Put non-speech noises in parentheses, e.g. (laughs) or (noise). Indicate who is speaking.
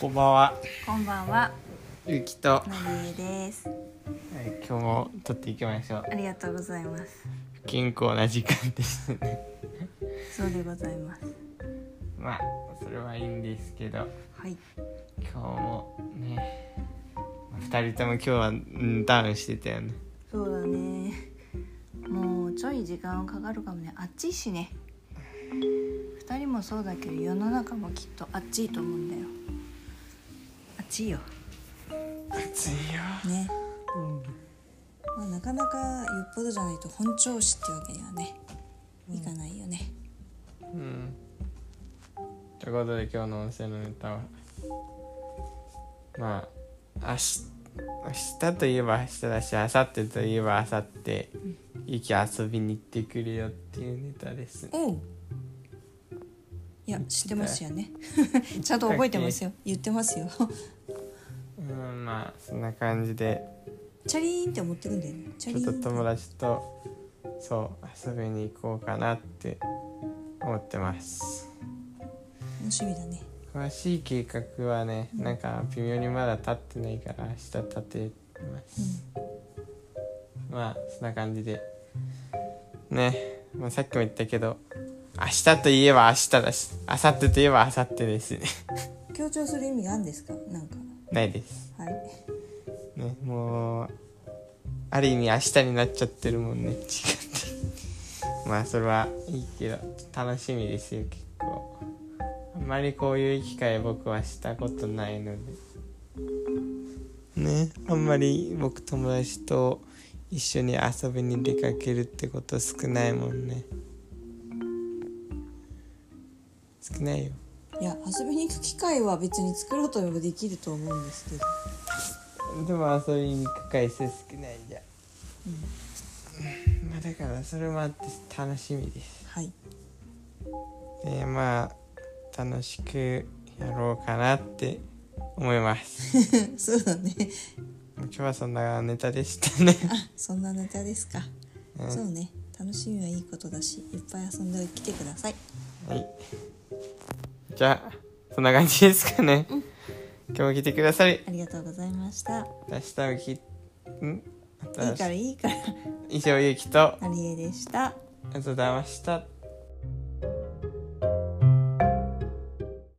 Speaker 1: こんばんは。
Speaker 2: こんばんは、
Speaker 1: ゆきと、は
Speaker 2: のりえで
Speaker 1: い、
Speaker 2: す。
Speaker 1: 今日も撮っていきましょう。
Speaker 2: ありがとうございます。
Speaker 1: 健康な時間です (laughs) ね。
Speaker 2: そうでございます。
Speaker 1: まあ、それはいいんですけど、
Speaker 2: はい、
Speaker 1: 今日もね。まあ二人とも今日はうんダウンしてたよね。
Speaker 2: そうだね。もうちょい時間かかるかもね、あっちいしね。二人もそうだけど、世の中もきっとあっちいと思うんだよ。あっちいよ。
Speaker 1: 暑いよ。
Speaker 2: ね。まあ、なかなかよっぽどじゃないと本調子ってわけにはね。いかないよね。
Speaker 1: うん。ということで、今日の音声のネタは。まあ、明日。明日といえば明日だし明後日といえば明後日ゆき遊びに行ってくるよっていうネタです
Speaker 2: おう。いや、知ってますよね。 (laughs) ちゃんと覚えてますよ。言ってますよ。
Speaker 1: うんまあそんな感じで
Speaker 2: チャリーンって思ってくんだよね。チャ
Speaker 1: ちょ
Speaker 2: リ
Speaker 1: っ
Speaker 2: ー
Speaker 1: と
Speaker 2: ン。
Speaker 1: 友達とそう遊びに行こうかなって思ってます
Speaker 2: 楽しみだね。
Speaker 1: 詳しい計画はねなんか微妙にまだ立ってないから明日立てます、まあそんな感じでね、まあ、さっきも言ったけど明日といえば明日だし明後日といえば明後日ですね (laughs)
Speaker 2: 強調する意味があるんですか。なんか。
Speaker 1: ないです
Speaker 2: はい。
Speaker 1: ねもうある意味明日になっちゃってるもんね (laughs) 時間ってまあそれはいいけど楽しみですよ結構あんまりこういう機会僕はしたことないのでねあんまり僕友達と一緒に遊びに出かけるってこと少ないもんね少ないよ
Speaker 2: いや、遊びに行く機会は別に作ろうと思えばできると思うんですけど。
Speaker 1: でも遊びに行く回数少ないじゃん、まあだからそれもあって楽しみです
Speaker 2: はい。 (laughs)
Speaker 1: でまあ楽しくやろうかなって思います
Speaker 2: そうだね。
Speaker 1: 今日はそんなネタでしたね
Speaker 2: あ、そんなネタですか。
Speaker 1: うん
Speaker 2: そうね。楽しみはいいことだし、いっぱい遊んできてください。
Speaker 1: はいじゃあそんな感じですかね、今日も来てくださり
Speaker 2: ありがとうございました。
Speaker 1: 明日もきん
Speaker 2: いいからいいから。
Speaker 1: 以上ゆうきとあ
Speaker 2: ありえでした。
Speaker 1: りがとうございました